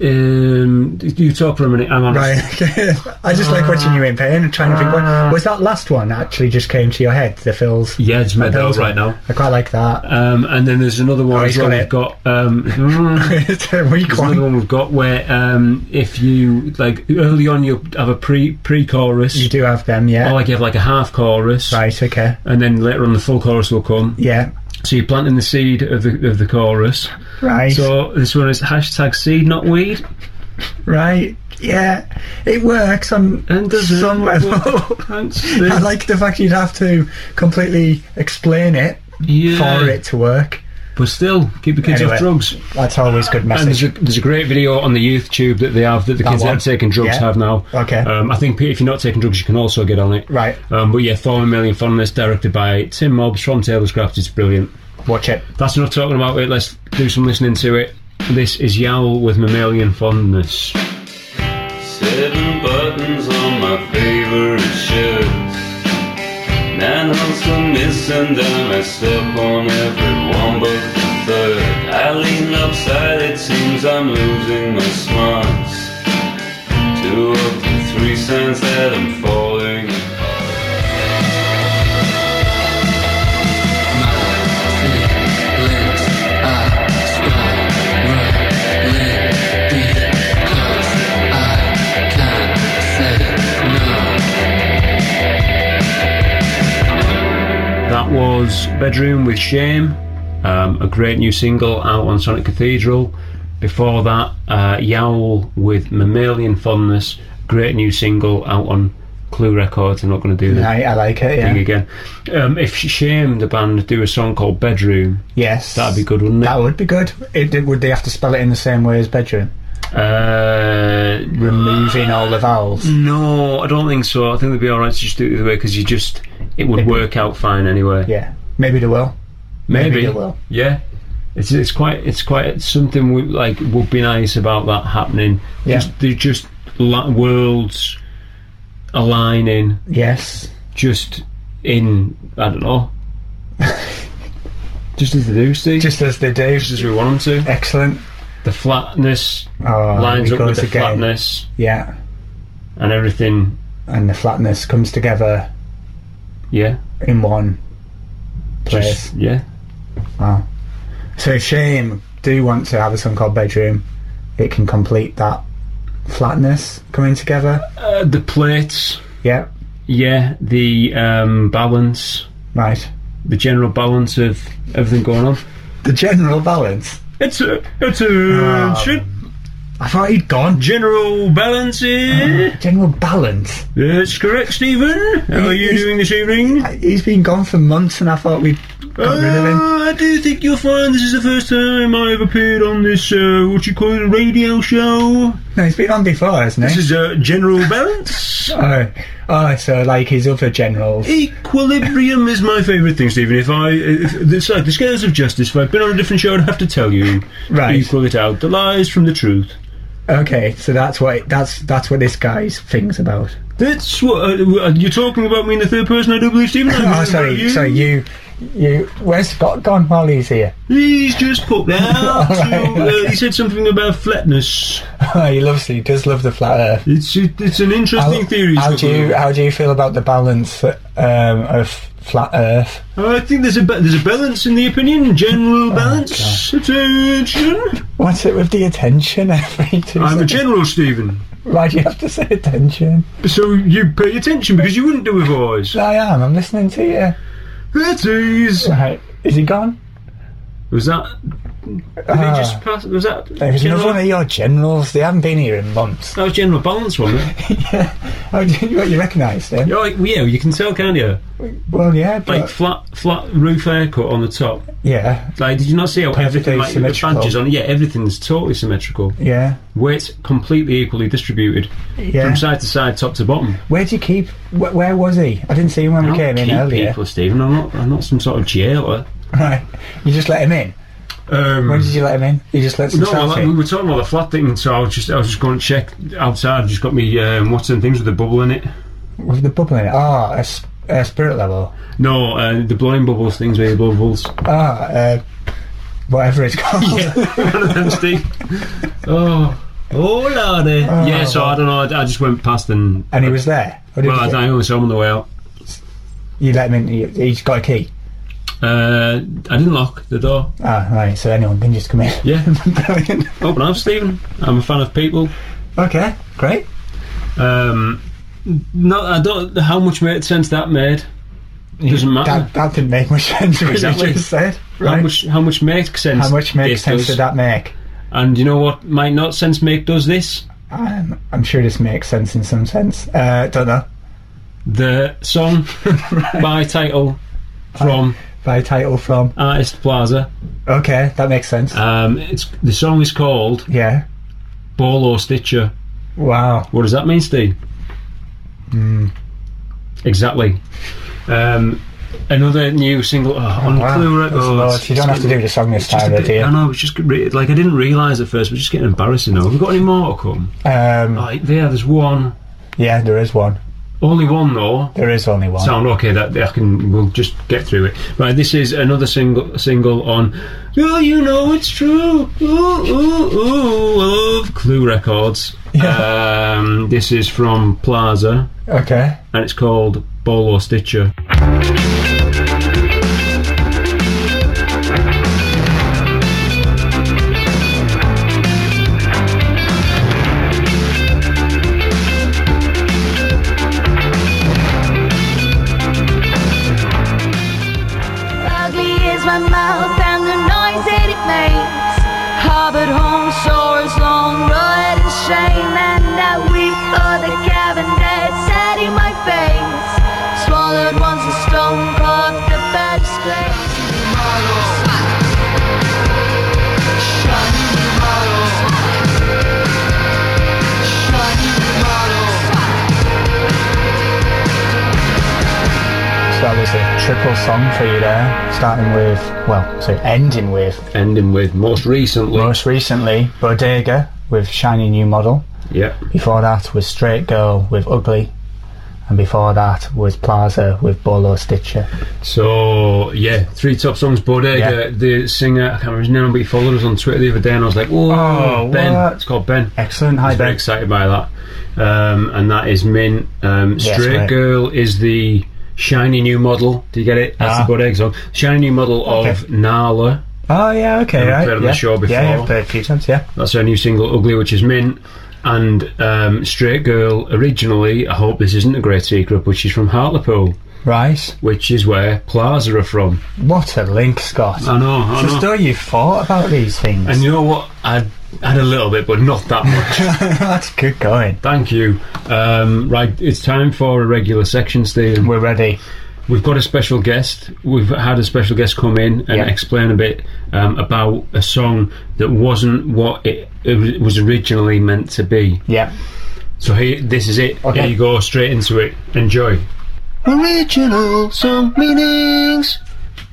S2: um, you talk for a minute, hang on.
S1: Right. [LAUGHS] I just like watching you in pain and trying to think.
S2: Uh,
S1: What, was that last one actually just came to your head? The fills.
S2: Yeah, it's made that up
S1: pills
S2: right
S1: one?
S2: now.
S1: I quite like that. [LAUGHS]
S2: Um, and then there's another one
S1: Oh,
S2: as
S1: he's
S2: well.
S1: got
S2: We've
S1: it.
S2: got,
S1: [LAUGHS]
S2: um, [LAUGHS] mm,
S1: it's a weak
S2: there's another
S1: one.
S2: one we've got where, um, if you, like, early on you have a pre, pre-chorus.
S1: You do have them,
S2: Or
S1: yeah.
S2: like you have like a half chorus.
S1: right. Okay.
S2: And then later on the full chorus will come.
S1: Yeah.
S2: So you're planting the seed of the of the chorus.
S1: Right.
S2: So this one is hashtag seed not weed.
S1: Right. Yeah. It works on
S2: And does it?
S1: some level. [LAUGHS]
S2: Thanks.
S1: I like the fact you'd have to completely explain it
S2: Yeah.
S1: for it to work.
S2: But still, keep the kids
S1: Anyway.
S2: off drugs.
S1: That's always good
S2: And there's
S1: message.
S2: a, there's a great video on the youth tube that they have that the
S1: That
S2: kids that
S1: one?
S2: are taking drugs
S1: Yeah.
S2: have now.
S1: Okay.
S2: Um, I think Pete, if you're not taking drugs, you can also get on it.
S1: Right.
S2: Um, but yeah, Thorn and Million Fondness, directed by Tim Mobbs from Taylor's Craft, is brilliant.
S1: Watch it.
S2: That's enough talking about it. Let's do some listening to it. This is Yowl with Mammalian Fondness.
S6: Seven buttons on my favorite shirts. Nine holes are missing, then I step on every one but the third. I lean upside, it seems I'm losing my smarts. Two of the three signs that I'm falling
S2: That was Bedroom with Shame, um, a great new single out on Sonic Cathedral. Before that, uh, Yowl with Mammalian Fondness, great new single out on Clue Records. I'm not going to do the
S1: I, I like it.
S2: thing
S1: Yeah.
S2: again. Um, if Shame, the band, do a song called Bedroom,
S1: Yes.
S2: that'd be good, wouldn't it?
S1: That would be good. It, it- would they have to spell it in the same way as bedroom,
S2: Uh,
S1: removing all the
S2: Mm.
S1: vowels?
S2: no, I don't think so. I think it'd be alright to just do it the other way because you just, it would work out fine anyway.
S1: Yeah. Maybe they will.
S2: Maybe.
S1: they will.
S2: Yeah. It's, it's quite it's quite something we, like would be nice about that happening.
S1: Yeah.
S2: Just, they're just la- worlds aligning,
S1: Yes.
S2: just in I don't [LAUGHS] know. just as they do, Steve.
S1: Just as they do.
S2: Just as we want them to.
S1: Excellent.
S2: The flatness
S1: Oh,
S2: lines
S1: here
S2: up with
S1: goes
S2: the
S1: again.
S2: flatness
S1: Yeah.
S2: and everything.
S1: And the flatness comes together
S2: Yeah.
S1: in one place.
S2: Just, yeah.
S1: Wow. So if Shame do want to have a song called Bedroom, it can complete that flatness coming together.
S2: Uh, the plates.
S1: Yeah.
S2: Yeah. The um, balance.
S1: Right.
S2: The general balance of everything going on.
S1: The general balance.
S2: It's a it's a
S1: I thought he'd gone.
S2: general balance here.
S1: General balance.
S2: That's correct, Stephen. How are you
S1: He's-
S2: doing this evening?
S1: He's been gone for months, and I thought we'd got rid of him.
S2: Uh, I do think you'll find this is the first time I've appeared on this uh, what you call it, radio show.
S1: No, he's been on before, hasn't
S2: This
S1: he?
S2: is a general
S1: [LAUGHS]
S2: balance.
S1: Oh, oh, so like his other generals.
S2: Equilibrium is my favourite thing, Stephen. If I, if, it's like the scales of justice. If I've been on a different show, I'd have to tell you.
S1: Right.
S2: Equal it out. The lies from the truth.
S1: Okay, so that's what that's that's what this guy's thing's about.
S2: That's what uh, you're talking about me in the third person. I do believe, Stephen. I'm
S1: [LAUGHS] Oh,
S2: talking
S1: sorry,
S2: about you.
S1: sorry, you, you. Where's Scott gone while he's here? [LAUGHS]
S2: He's just popped out.
S1: All right,
S2: to, uh,
S1: okay.
S2: He said something about flatness.
S1: Oh, he loves he does love the flat Earth.
S2: It's it, it's an interesting theory.
S1: how do
S2: Scotland.
S1: you how do you feel about the balance um, of flat Earth?
S2: I think there's a ba- there's a balance in the opinion,
S1: Oh,
S2: general balance. Attention.
S1: What's it with the attention every two?
S2: I'm a
S1: seconds?
S2: general, Stephen.
S1: Why do you have to say attention?
S2: So you pay attention because you wouldn't do a voice.
S1: I am. I'm listening to you.
S2: It is.
S1: Right. Is he gone?
S2: Was that? Did
S1: Ah.
S2: he just pass? Was that?
S1: There was another
S2: general,
S1: one of your generals. They haven't been here in months.
S2: that was general balance, wasn't
S1: [LAUGHS]
S2: it?
S1: Oh, do you, what, you recognise them?
S2: Oh, yeah, you can tell, can't you?
S1: Well, yeah, but
S2: Like flat flat roof haircut on the top.
S1: yeah,
S2: Like, did you not see how
S1: Perfectly
S2: everything like the
S1: symmetrical.
S2: badges on? Yeah, everything's totally symmetrical.
S1: yeah,
S2: Weights completely equally distributed
S1: yeah.
S2: from side to side, top to bottom.
S1: Where do you keep? Wh- where was he? I didn't see him when
S2: I
S1: we
S2: don't
S1: came in
S2: keep
S1: earlier.
S2: people, Stephen. I'm not. I'm not some sort of jailer.
S1: [LAUGHS] Right. You just let him in.
S2: Um,
S1: When did you let him in? You just let
S2: no,
S1: himself
S2: like, we
S1: in.
S2: were talking about the flat thing, so I was just I was just going to check outside. I've just got me um, what's them things with the bubble in it.
S1: With the bubble in it. Ah, a, s- a spirit level.
S2: No, uh, the blowing bubbles things with the [LAUGHS] bubbles.
S1: Ah, uh, whatever it's [LAUGHS] called.
S2: One of them, Steve. Oh, oh, lordy. yeah. So I don't know. I, I just went past and
S1: And he was there. Or did
S2: well,
S1: you,
S2: I,
S1: get-
S2: I only saw him on the way out.
S1: you let him in. You, he's got a key.
S2: Uh, I didn't lock the door.
S1: Ah, right. So anyone can just come in. [LAUGHS]
S2: Yeah.
S1: Brilliant.
S2: Open up, Stephen. I'm a fan of people.
S1: Okay. Great.
S2: Um, no, I don't. How much made sense that made doesn't matter.
S1: That, that didn't make much [LAUGHS] sense. What you
S2: Exactly.
S1: just said.
S2: How
S1: Right.
S2: much? How much makes sense?
S1: How much makes
S2: this
S1: sense
S2: does?
S1: did that make?
S2: And you know what? Might not sense make does this.
S1: Um, I'm sure this makes sense in some sense. Uh, don't know.
S2: The
S1: [LAUGHS]
S2: song by title from
S1: By title from.
S2: Artist Plaza.
S1: Okay, that makes sense.
S2: Um, it's the song is called
S1: yeah.
S2: Bolo Stitcher.
S1: Wow.
S2: What does that mean, Steve?
S1: Hmm.
S2: Exactly. Um, another new single oh, on
S1: wow.
S2: Clue
S1: That's
S2: Records.
S1: low. You don't have to do the song this
S2: It's just
S1: time,
S2: a
S1: though,
S2: bit-
S1: do you?
S2: I know. It's just re- like I didn't realise at first. We're just getting embarrassing now. Have we got any more to come?
S1: Um,
S2: Like there, there's one.
S1: yeah, there is one.
S2: Only one though.
S1: There is only one.
S2: Sound okay? That I can. We'll just get through it. Right. This is another single. Single on. Oh, you know it's true. Ooh, ooh, ooh. Of Clue Records. Um, this is from Plaza,
S1: Okay.
S2: and it's called Bolo Stitcher.
S5: Ugly is my mouth and the noise that it makes. Harbored home soars long road and shame, and I weep for the cabin that's set in my face. Swallowed once a stone carved the baddest place.
S1: So that was a triple song for you there, starting with, well, so ending with,
S2: Ending with most recently.
S1: most recently, Bodega with Shiny New Model.
S2: Yeah.
S1: Before that was Straight Girl with Ugly. And before that was Plaza with Bolo Stitcher.
S2: So yeah, three top songs. Bodega,
S1: Yeah.
S2: the singer. I can't remember his name, but he followed us on Twitter the other day, and I was like, "Whoa,
S1: Oh,
S2: Ben!"
S1: what?
S2: It's called Ben.
S1: Excellent. Hi,
S2: Very
S1: Ben.
S2: excited by that. Um, and that is Mint. Um,
S1: Yes,
S2: Straight
S1: right.
S2: Girl is the shiny new model. Do you get it? That's
S1: Ah.
S2: the Bodega song. Shiny new model of
S1: Okay.
S2: Nala.
S1: Oh, yeah, okay,
S2: We've
S1: right.
S2: played on the
S1: yeah.
S2: show
S1: Yeah, yeah,
S2: before.
S1: played a few times, yeah.
S2: That's her new single, Ugly, which is Mint. And um, Straight Girl originally, I hope this isn't a great secret, but she's from Hartlepool,
S1: Right.
S2: which is where Plaza are from.
S1: What a link, Scott.
S2: I know, I know.
S1: Just though you thought about these things.
S2: And you know what? I had a little bit, but not that much.
S1: [LAUGHS] That's good going.
S2: Thank you. Um, right, it's time for a regular section, Stephen.
S1: We're ready.
S2: We've got a special guest. We've had a special guest come in and
S1: Yeah.
S2: explain a bit um, about a song that wasn't what it, it was originally meant to be.
S1: Yeah.
S2: So here, this is it.
S1: Okay.
S2: Here you go, straight into it. Enjoy.
S3: Original song meanings.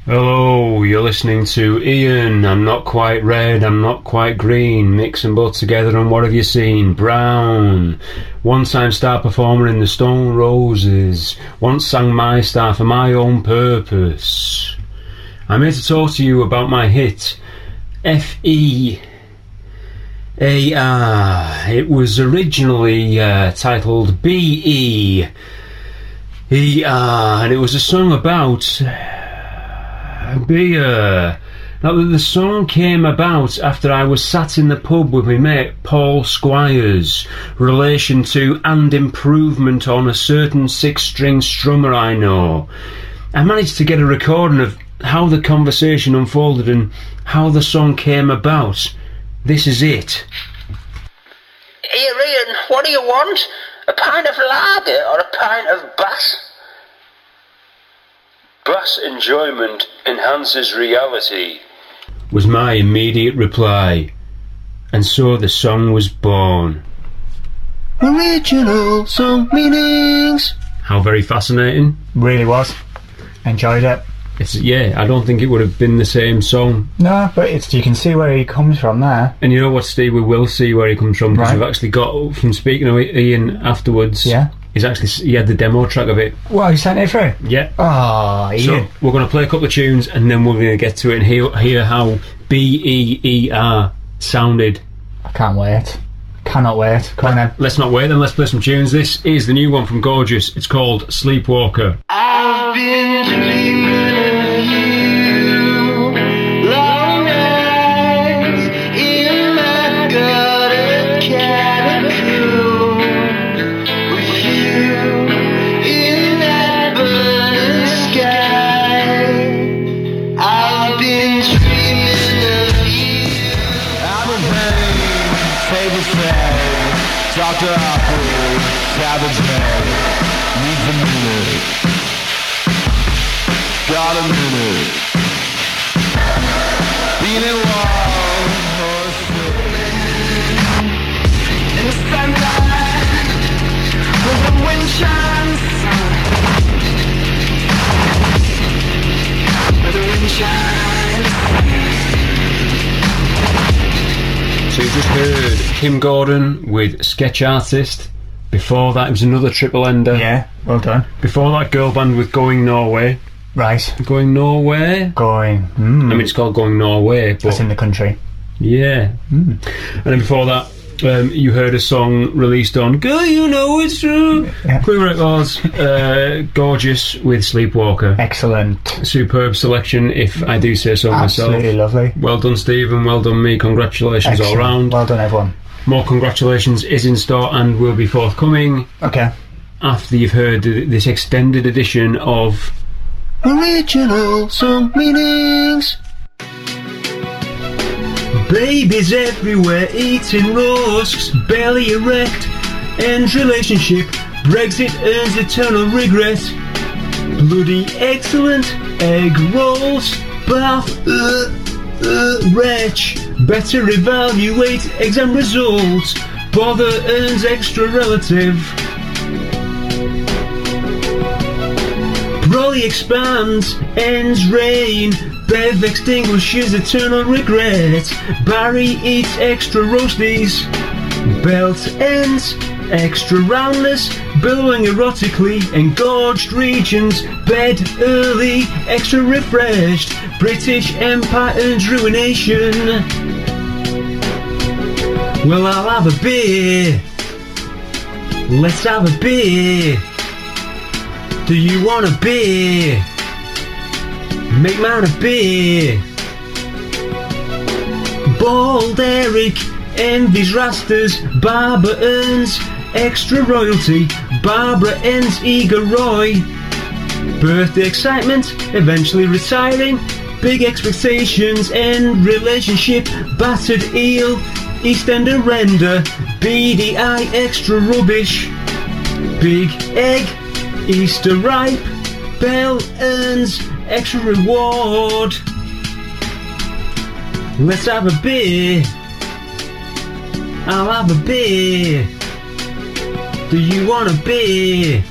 S2: Hello, you're listening to Ian. I'm not quite red, I'm not quite green. Mix them both together, and what have you seen? Brown. One time star performer in the Stone Roses. Once sang my star for my own purpose. I'm here to talk to you about my hit, F E A R. It was originally uh, titled B E E R, and it was a song about uh, beer. Now, the- the song came about after I was sat in the pub with my mate Paul Squires, relation to and improvement on a certain six string strummer I know. I managed to get a recording of how the conversation unfolded and how the song came about. This is it.
S7: Here, Ian, what do you want? A pint of lager or a pint of bass?
S6: Bass enjoyment enhances reality.
S2: was my immediate reply. And so the song was born.
S3: Original song meanings.
S2: How very fascinating.
S1: Really was. Enjoyed it.
S2: It's yeah, I don't think it would have been the same song
S1: No, but it's you can see where he comes from there.
S2: And you know what, Steve? We will see where he comes from because
S1: Right.
S2: we've actually got from speaking to Ian afterwards.
S1: Yeah.
S2: he's actually he had the demo track of it.
S1: Well, he sent it through.
S2: Yeah.
S1: Oh,
S2: So
S1: Ian.
S2: we're going to play a couple of tunes and then we're going to get to it and hear, hear how B E E R sounded.
S1: I can't wait. Cannot wait. Come on then.
S2: Let's not wait then. Let's play some tunes. This is the new one from Gorgeous. It's called Sleepwalker.
S5: I've been dreaming of you, long nights in my gutted catacomb. With you in that burning sky, I've been
S8: Dr. Apple, Savage Man, needs a minute. Got a minute. Being in love, or
S9: The sunlight, the wind shines. The wind shines.
S2: So you just heard Kim Gordon with Sketch Artist. Before that, it was another triple ender.
S1: Yeah, well done.
S2: Before that, girl band with Going Norway.
S1: Right.
S2: Going Norway?
S1: Going. Mm,
S2: I mean, it's called Going Norway,
S1: that's
S2: but
S1: in the country.
S2: yeah.
S1: Hmm.
S2: And then before that, um, you heard a song released on Girl, You Know It's True.
S1: Yeah.
S2: Queen Records, uh, Gorgeous with Sleepwalker.
S1: Excellent.
S2: Superb selection, if I do say so
S1: Absolutely
S2: myself.
S1: lovely.
S2: Well done, Steve, and well done, me. Congratulations
S1: Excellent.
S2: all round.
S1: Well done, everyone.
S2: More congratulations is in store and will be forthcoming
S1: Okay.
S2: after you've heard th- this extended edition of Original Song Meanings. Babies everywhere eating rusks, belly erect, ends relationship, Brexit earns eternal regret. Bloody excellent, egg rolls, bath, uh, uh, wretch. Better evaluate exam results, bother earns extra relative. Broly expands, ends rain. Bev extinguishes eternal regret. Barry eats extra roasties. Belt ends, extra roundness, billowing erotically, engorged regions, bed early, extra refreshed, British Empire earns ruination. Well, I'll have a beer. Let's have a beer. Do you want a beer? Make mine a beer. Bald Eric envies Rastas. Barbara earns extra royalty. Barbara ends eager Roy. Birthday excitement, eventually retiring. Big expectations and relationship. Battered eel, EastEnder render. BDI extra rubbish. Big egg, Easter ripe, Bell earns extra reward. Let's have a beer. I'll have a beer. Do you want a beer?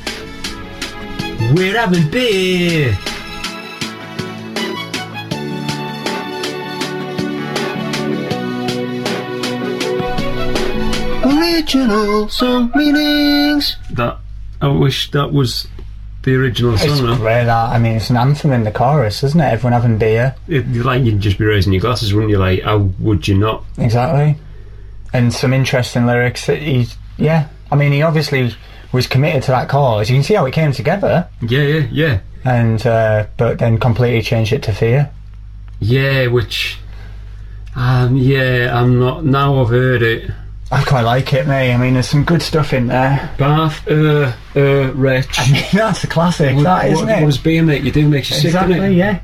S2: We're having beer. Original song meanings. That I wish that was the original
S1: It's
S2: song. huh?
S1: great. That. I mean, it's an anthem in the chorus, isn't it? Everyone having beer.
S2: It, you'd like you'd just be raising your glasses, wouldn't you? Like, how would you not?
S1: Exactly. And some interesting lyrics that he's. Yeah. I mean, he obviously was committed to that cause. You can see how it came together.
S2: Yeah, yeah, yeah,
S1: And, uh, but then completely changed it to fear.
S2: yeah. Which, um, yeah, I'm not. Now I've heard it.
S1: I quite like it, mate. I mean, there's some good stuff in there. [LAUGHS]
S2: Bath, uh, uh, wretch.
S1: That's the classic, that, isn't
S2: what,
S1: it?
S2: was being mate? You do make you sick,
S1: exactly,
S2: doesn't it?
S1: yeah.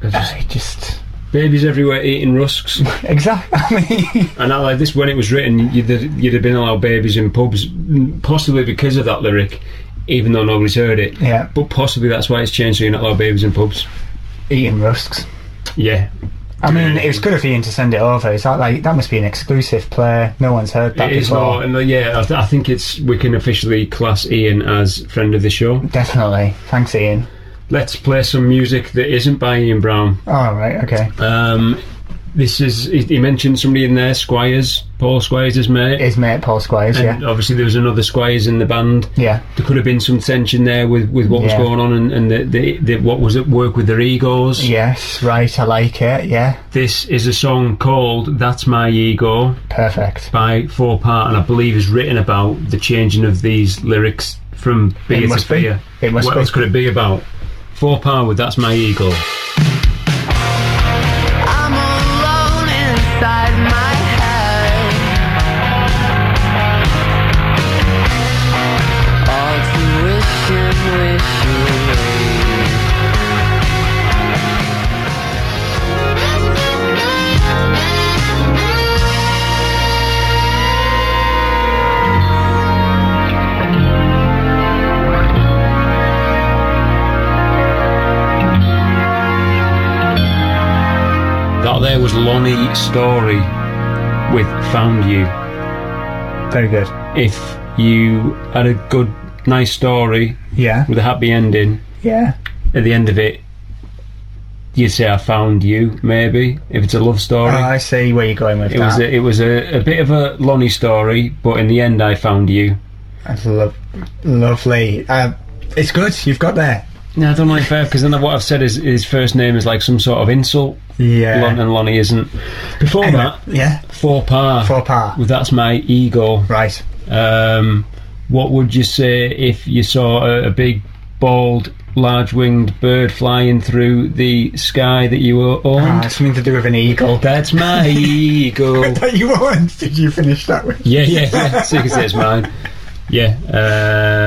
S2: It's just-
S1: I just.
S2: babies everywhere eating rusks.
S1: [LAUGHS] Exactly. [LAUGHS] I mean,
S2: and I like this when it was written, you'd, you'd have been allowed babies in pubs, mm, possibly because of that lyric, even though nobody's heard it.
S1: Yeah.
S2: But possibly that's why it's changed. So you're not allowed babies in pubs.
S1: eating rusks.
S2: Yeah.
S1: I mean, it was good of Ian to send it over. Is that like that must be an exclusive player? No one's heard that
S2: It is
S1: before.
S2: not, and uh, yeah, I, th- I think it's we can officially class Ian as friend of the show.
S1: Definitely. Thanks, Ian.
S2: Let's play some music that isn't by Ian Brown.
S1: All
S2: [LAUGHS]
S1: right. Okay.
S2: Um, this is he, he mentioned somebody in there, Squires, Paul Squires, his mate.
S1: His mate Paul Squires.
S2: and uh,
S1: Yeah.
S2: obviously there was another Squires in the band.
S1: Yeah.
S2: There could have been some tension there with, with what was
S1: Yeah.
S2: going on and, and the, the, the, what was at work with their egos.
S1: Yes. Right. I like it. Yeah.
S2: This is a song called "That's My Ego"
S1: Perfect.
S2: by Four Part, and I believe is written about the changing of these lyrics from beer
S1: must
S2: to
S1: be.
S2: fear.
S1: It must
S2: what
S1: be.
S2: else could it be about? Four Part with "That's My Ego."
S9: I'm alone inside my head. All tuition, wish away.
S5: Thank
S2: there was Lonnie Story with Found You.
S1: Very good.
S2: If you had a good, nice story
S1: Yeah.
S2: with a happy ending,
S1: Yeah.
S2: at the end of it, you say I found you. Maybe if it's a love
S1: Oh,
S2: story,
S1: I see where you're going with
S2: it
S1: that.
S2: was a, it was a, a bit of a Lonnie story, but in the end, I found you.
S1: That's lo- lovely. Um, it's good. You've got there.
S2: No, I don't mind fair because then what I've said is his first name is like some sort of insult,
S1: Yeah.
S2: Lon, and Lonnie isn't. Before
S1: Anyway,
S2: that,
S1: yeah.
S2: four par.
S1: Four par.
S2: Well, that's my ego.
S1: Right.
S2: Um, what would you say if you saw a, a big, bald, large-winged bird flying through the sky that you o-
S1: Ah,
S2: owned?
S1: something to do with an eagle. [LAUGHS]
S2: That's my ego.
S1: That you weren't. Did you finish that with?
S2: Yeah, yeah, yeah. So you can say it's mine. Yeah.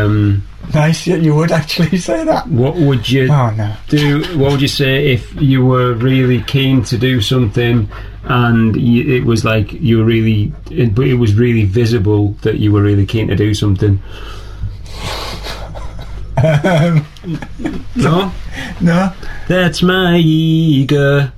S2: Um,
S1: Nice. You- You would actually [LAUGHS] say that.
S2: what would you
S1: Oh no.
S2: do? What would you say if you were really keen to do something and you, it was like you were really, it, but it was really visible that you were really keen to do something?
S1: Um,
S2: No,
S1: no.
S2: that's my eager.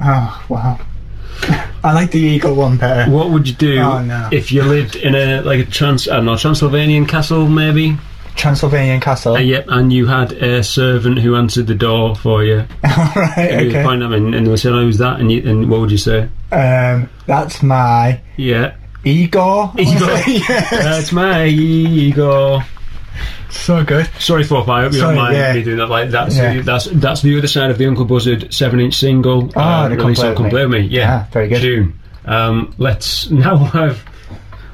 S1: Oh wow. [LAUGHS] I like the eagle one better.
S2: What would you do
S1: Oh, no.
S2: if you lived in a like a trans, I don't know, Transylvanian castle maybe?
S1: Transylvanian Castle.
S2: Uh, yep, and you had a servant who answered the door for you.
S1: All right.
S2: And you
S1: Okay.
S2: point at them and, and they said, "Oh, who's that?" And, you, and what would you say?
S1: Um, that's my
S2: Yeah.
S1: Igor.
S2: Ego.
S1: [LAUGHS] yeah.
S2: That's my ego.
S1: So good.
S2: Sorry, Four Pie. I hope you
S1: Sorry,
S2: don't mind
S1: yeah.
S2: me doing that. Like that's
S1: Yeah.
S2: that's that's the other side of the Uncle Buzzard seven-inch single. uh,
S1: Ah, the
S2: released on
S1: Come Play
S2: Come
S1: With
S2: Play With Me. Yeah,
S1: Ah, very good.
S2: June. Um, let's now [LAUGHS] have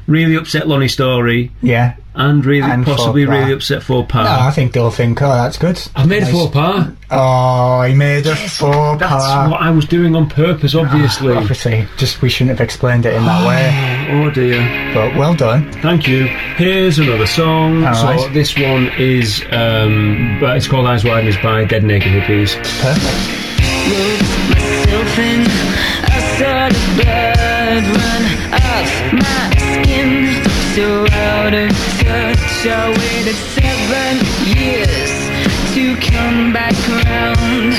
S2: really upset Lonnie Story
S1: Yeah.
S2: and really
S1: And
S2: possibly
S1: Faux Pas.
S2: really upset Four Pie.
S1: No, I think they'll think, oh, that's good.
S2: Ah. I've made
S1: Nice.
S2: a Four Pie.
S1: Oh, he made a four
S2: That's
S1: par.
S2: what I was doing on purpose, obviously.
S1: Obviously, just we shouldn't have explained it in that way.
S2: oh dear.
S1: But well done.
S2: Thank you. Here's another song.
S1: All
S2: so
S1: right.
S2: this one is, um, but it's called Eyes Wide and it's by Dead Naked Hippies.
S5: myself in a sort of blood run off my skin. So out of touch, I waited seven years to come back round.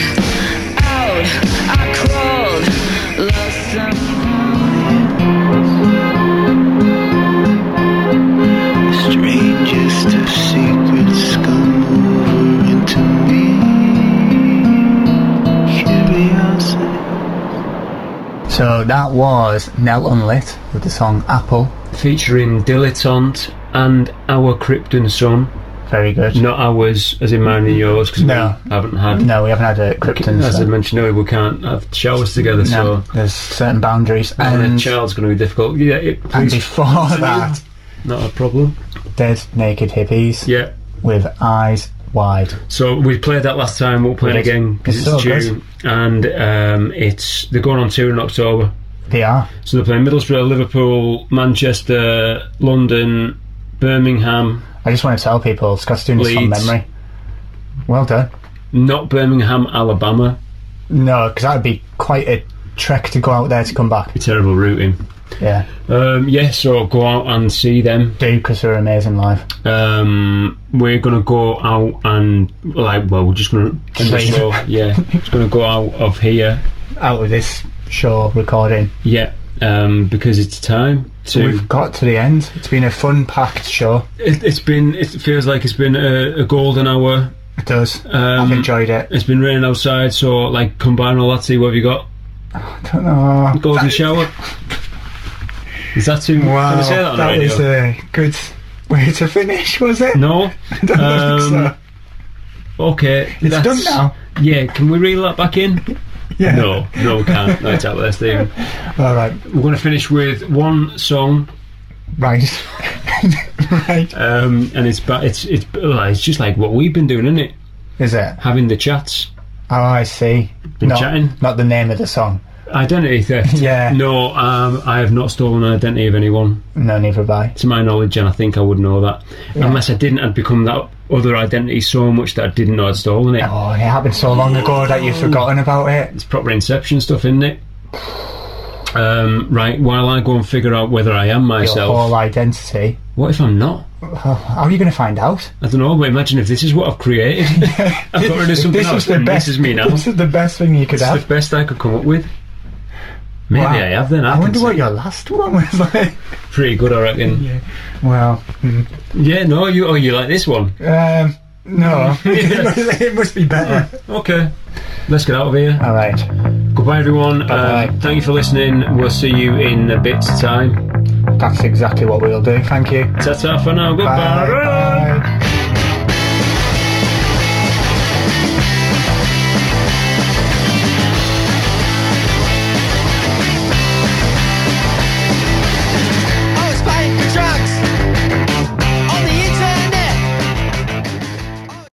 S5: Out, I crawled, lost someone.
S10: Strangest of secrets come over into me. Curiosity.
S1: So that was Nell Unlit with the song Apple.
S2: Featuring Dilettante and Our Krypton Sun.
S1: Very good.
S2: Not ours, as in mine and yours, because
S1: Mm. No.
S2: we haven't had.
S1: No, we haven't had a Krypton.
S2: As I
S1: so-
S2: mentioned earlier, we can't have showers together,
S1: no,
S2: so
S1: there's certain boundaries.
S2: having a
S1: And,
S2: child's going to be difficult. Yeah, it,
S1: and
S2: please,
S1: before that,
S2: not a problem.
S1: Dead Naked Hippies
S2: Yeah.
S1: with Eyes Wide.
S2: So we played that last time. We'll play it
S1: Yes.
S2: again because
S1: It's
S2: it's,
S1: so good.
S2: June, and um, it's they're going on tour in October.
S1: They are.
S2: So they're playing Middlesbrough, Liverpool, Manchester, London, Birmingham.
S1: I just want to tell people, Scott's doing this from
S2: Leeds.
S1: memory. Well done.
S2: Not Birmingham, Alabama.
S1: No, because that would be quite a trek to go out there to come back.
S2: A terrible routing.
S1: Yeah.
S2: Um, yeah, so go out and see them.
S1: Do, because they're amazing live.
S2: Um, we're gonna go out and like, well, we're just gonna end the
S1: Leave.
S2: show. [LAUGHS] Yeah, just gonna go out of here.
S1: Out of this show recording.
S2: Yeah, um, because it's time to.
S1: We've got to the end. It's been a fun packed show.
S2: it, it's been. It feels like it's been a, a golden hour.
S1: It does.
S2: Um,
S1: I've enjoyed it.
S2: It's been raining outside, so like combine all that. See what have you got?
S1: I don't know.
S2: Golden
S1: [LAUGHS]
S2: shower. Is that too? Can
S1: Wow.
S2: I say that on
S1: that
S2: radio?
S1: was a good way to finish, was it?
S2: no.
S1: I [LAUGHS] don't think so.
S2: um, Okay.
S1: It's
S2: that's-
S1: done now.
S2: Yeah. Can we reel that back in?
S1: [LAUGHS] Yeah.
S2: No. No, we can't. No, it's out there, Stephen.
S1: All right.
S2: We're going to finish with one song,
S1: Right. right.
S2: um, and it's ba- it's it's uh, it's just like what we've been doing, isn't it?
S1: Is it?
S2: Having the chats.
S1: Oh, I see.
S2: Been
S1: not,
S2: chatting.
S1: not the name of the song.
S2: Identity theft.
S1: Yeah.
S2: No, um, I have not stolen the identity of anyone.
S1: No, neither have I.
S2: to my knowledge, and I think I would know that. Unless I didn't, I'd become that other identity so much that I didn't know I'd stolen it.
S1: Oh, and it happened so long ago that you've forgotten about it.
S2: It's proper inception stuff, isn't it? Um, right, while I go and figure out whether I am
S1: Your
S2: myself,
S1: whole identity.
S2: what if I'm not?
S1: How are you going to find out?
S2: I don't know, but imagine if this is what I've
S1: [LAUGHS]
S2: created. I've got rid of
S1: If
S2: something
S1: this
S2: else,
S1: is the
S2: and
S1: best. [LAUGHS]
S2: this is me now.
S1: This is the best thing you could
S2: It's
S1: have.
S2: the best I could come up with. Maybe
S1: Wow.
S2: I have then. I,
S1: I
S2: can
S1: wonder
S2: say
S1: what your last one was like.
S2: [LAUGHS] Pretty good, I reckon. Yeah,
S1: Well, mm.
S2: no, you oh, you like this one?
S1: um, no, it must be better.
S2: Okay, let's get out of here.
S1: All right.
S2: Goodbye, everyone.
S1: Ah. Bye-bye.
S2: Um, thank you for listening. We'll see you in a bit's time.
S1: That's exactly what we'll do. Thank you.
S2: Ta ta for now. Goodbye.
S1: Bye. Bye.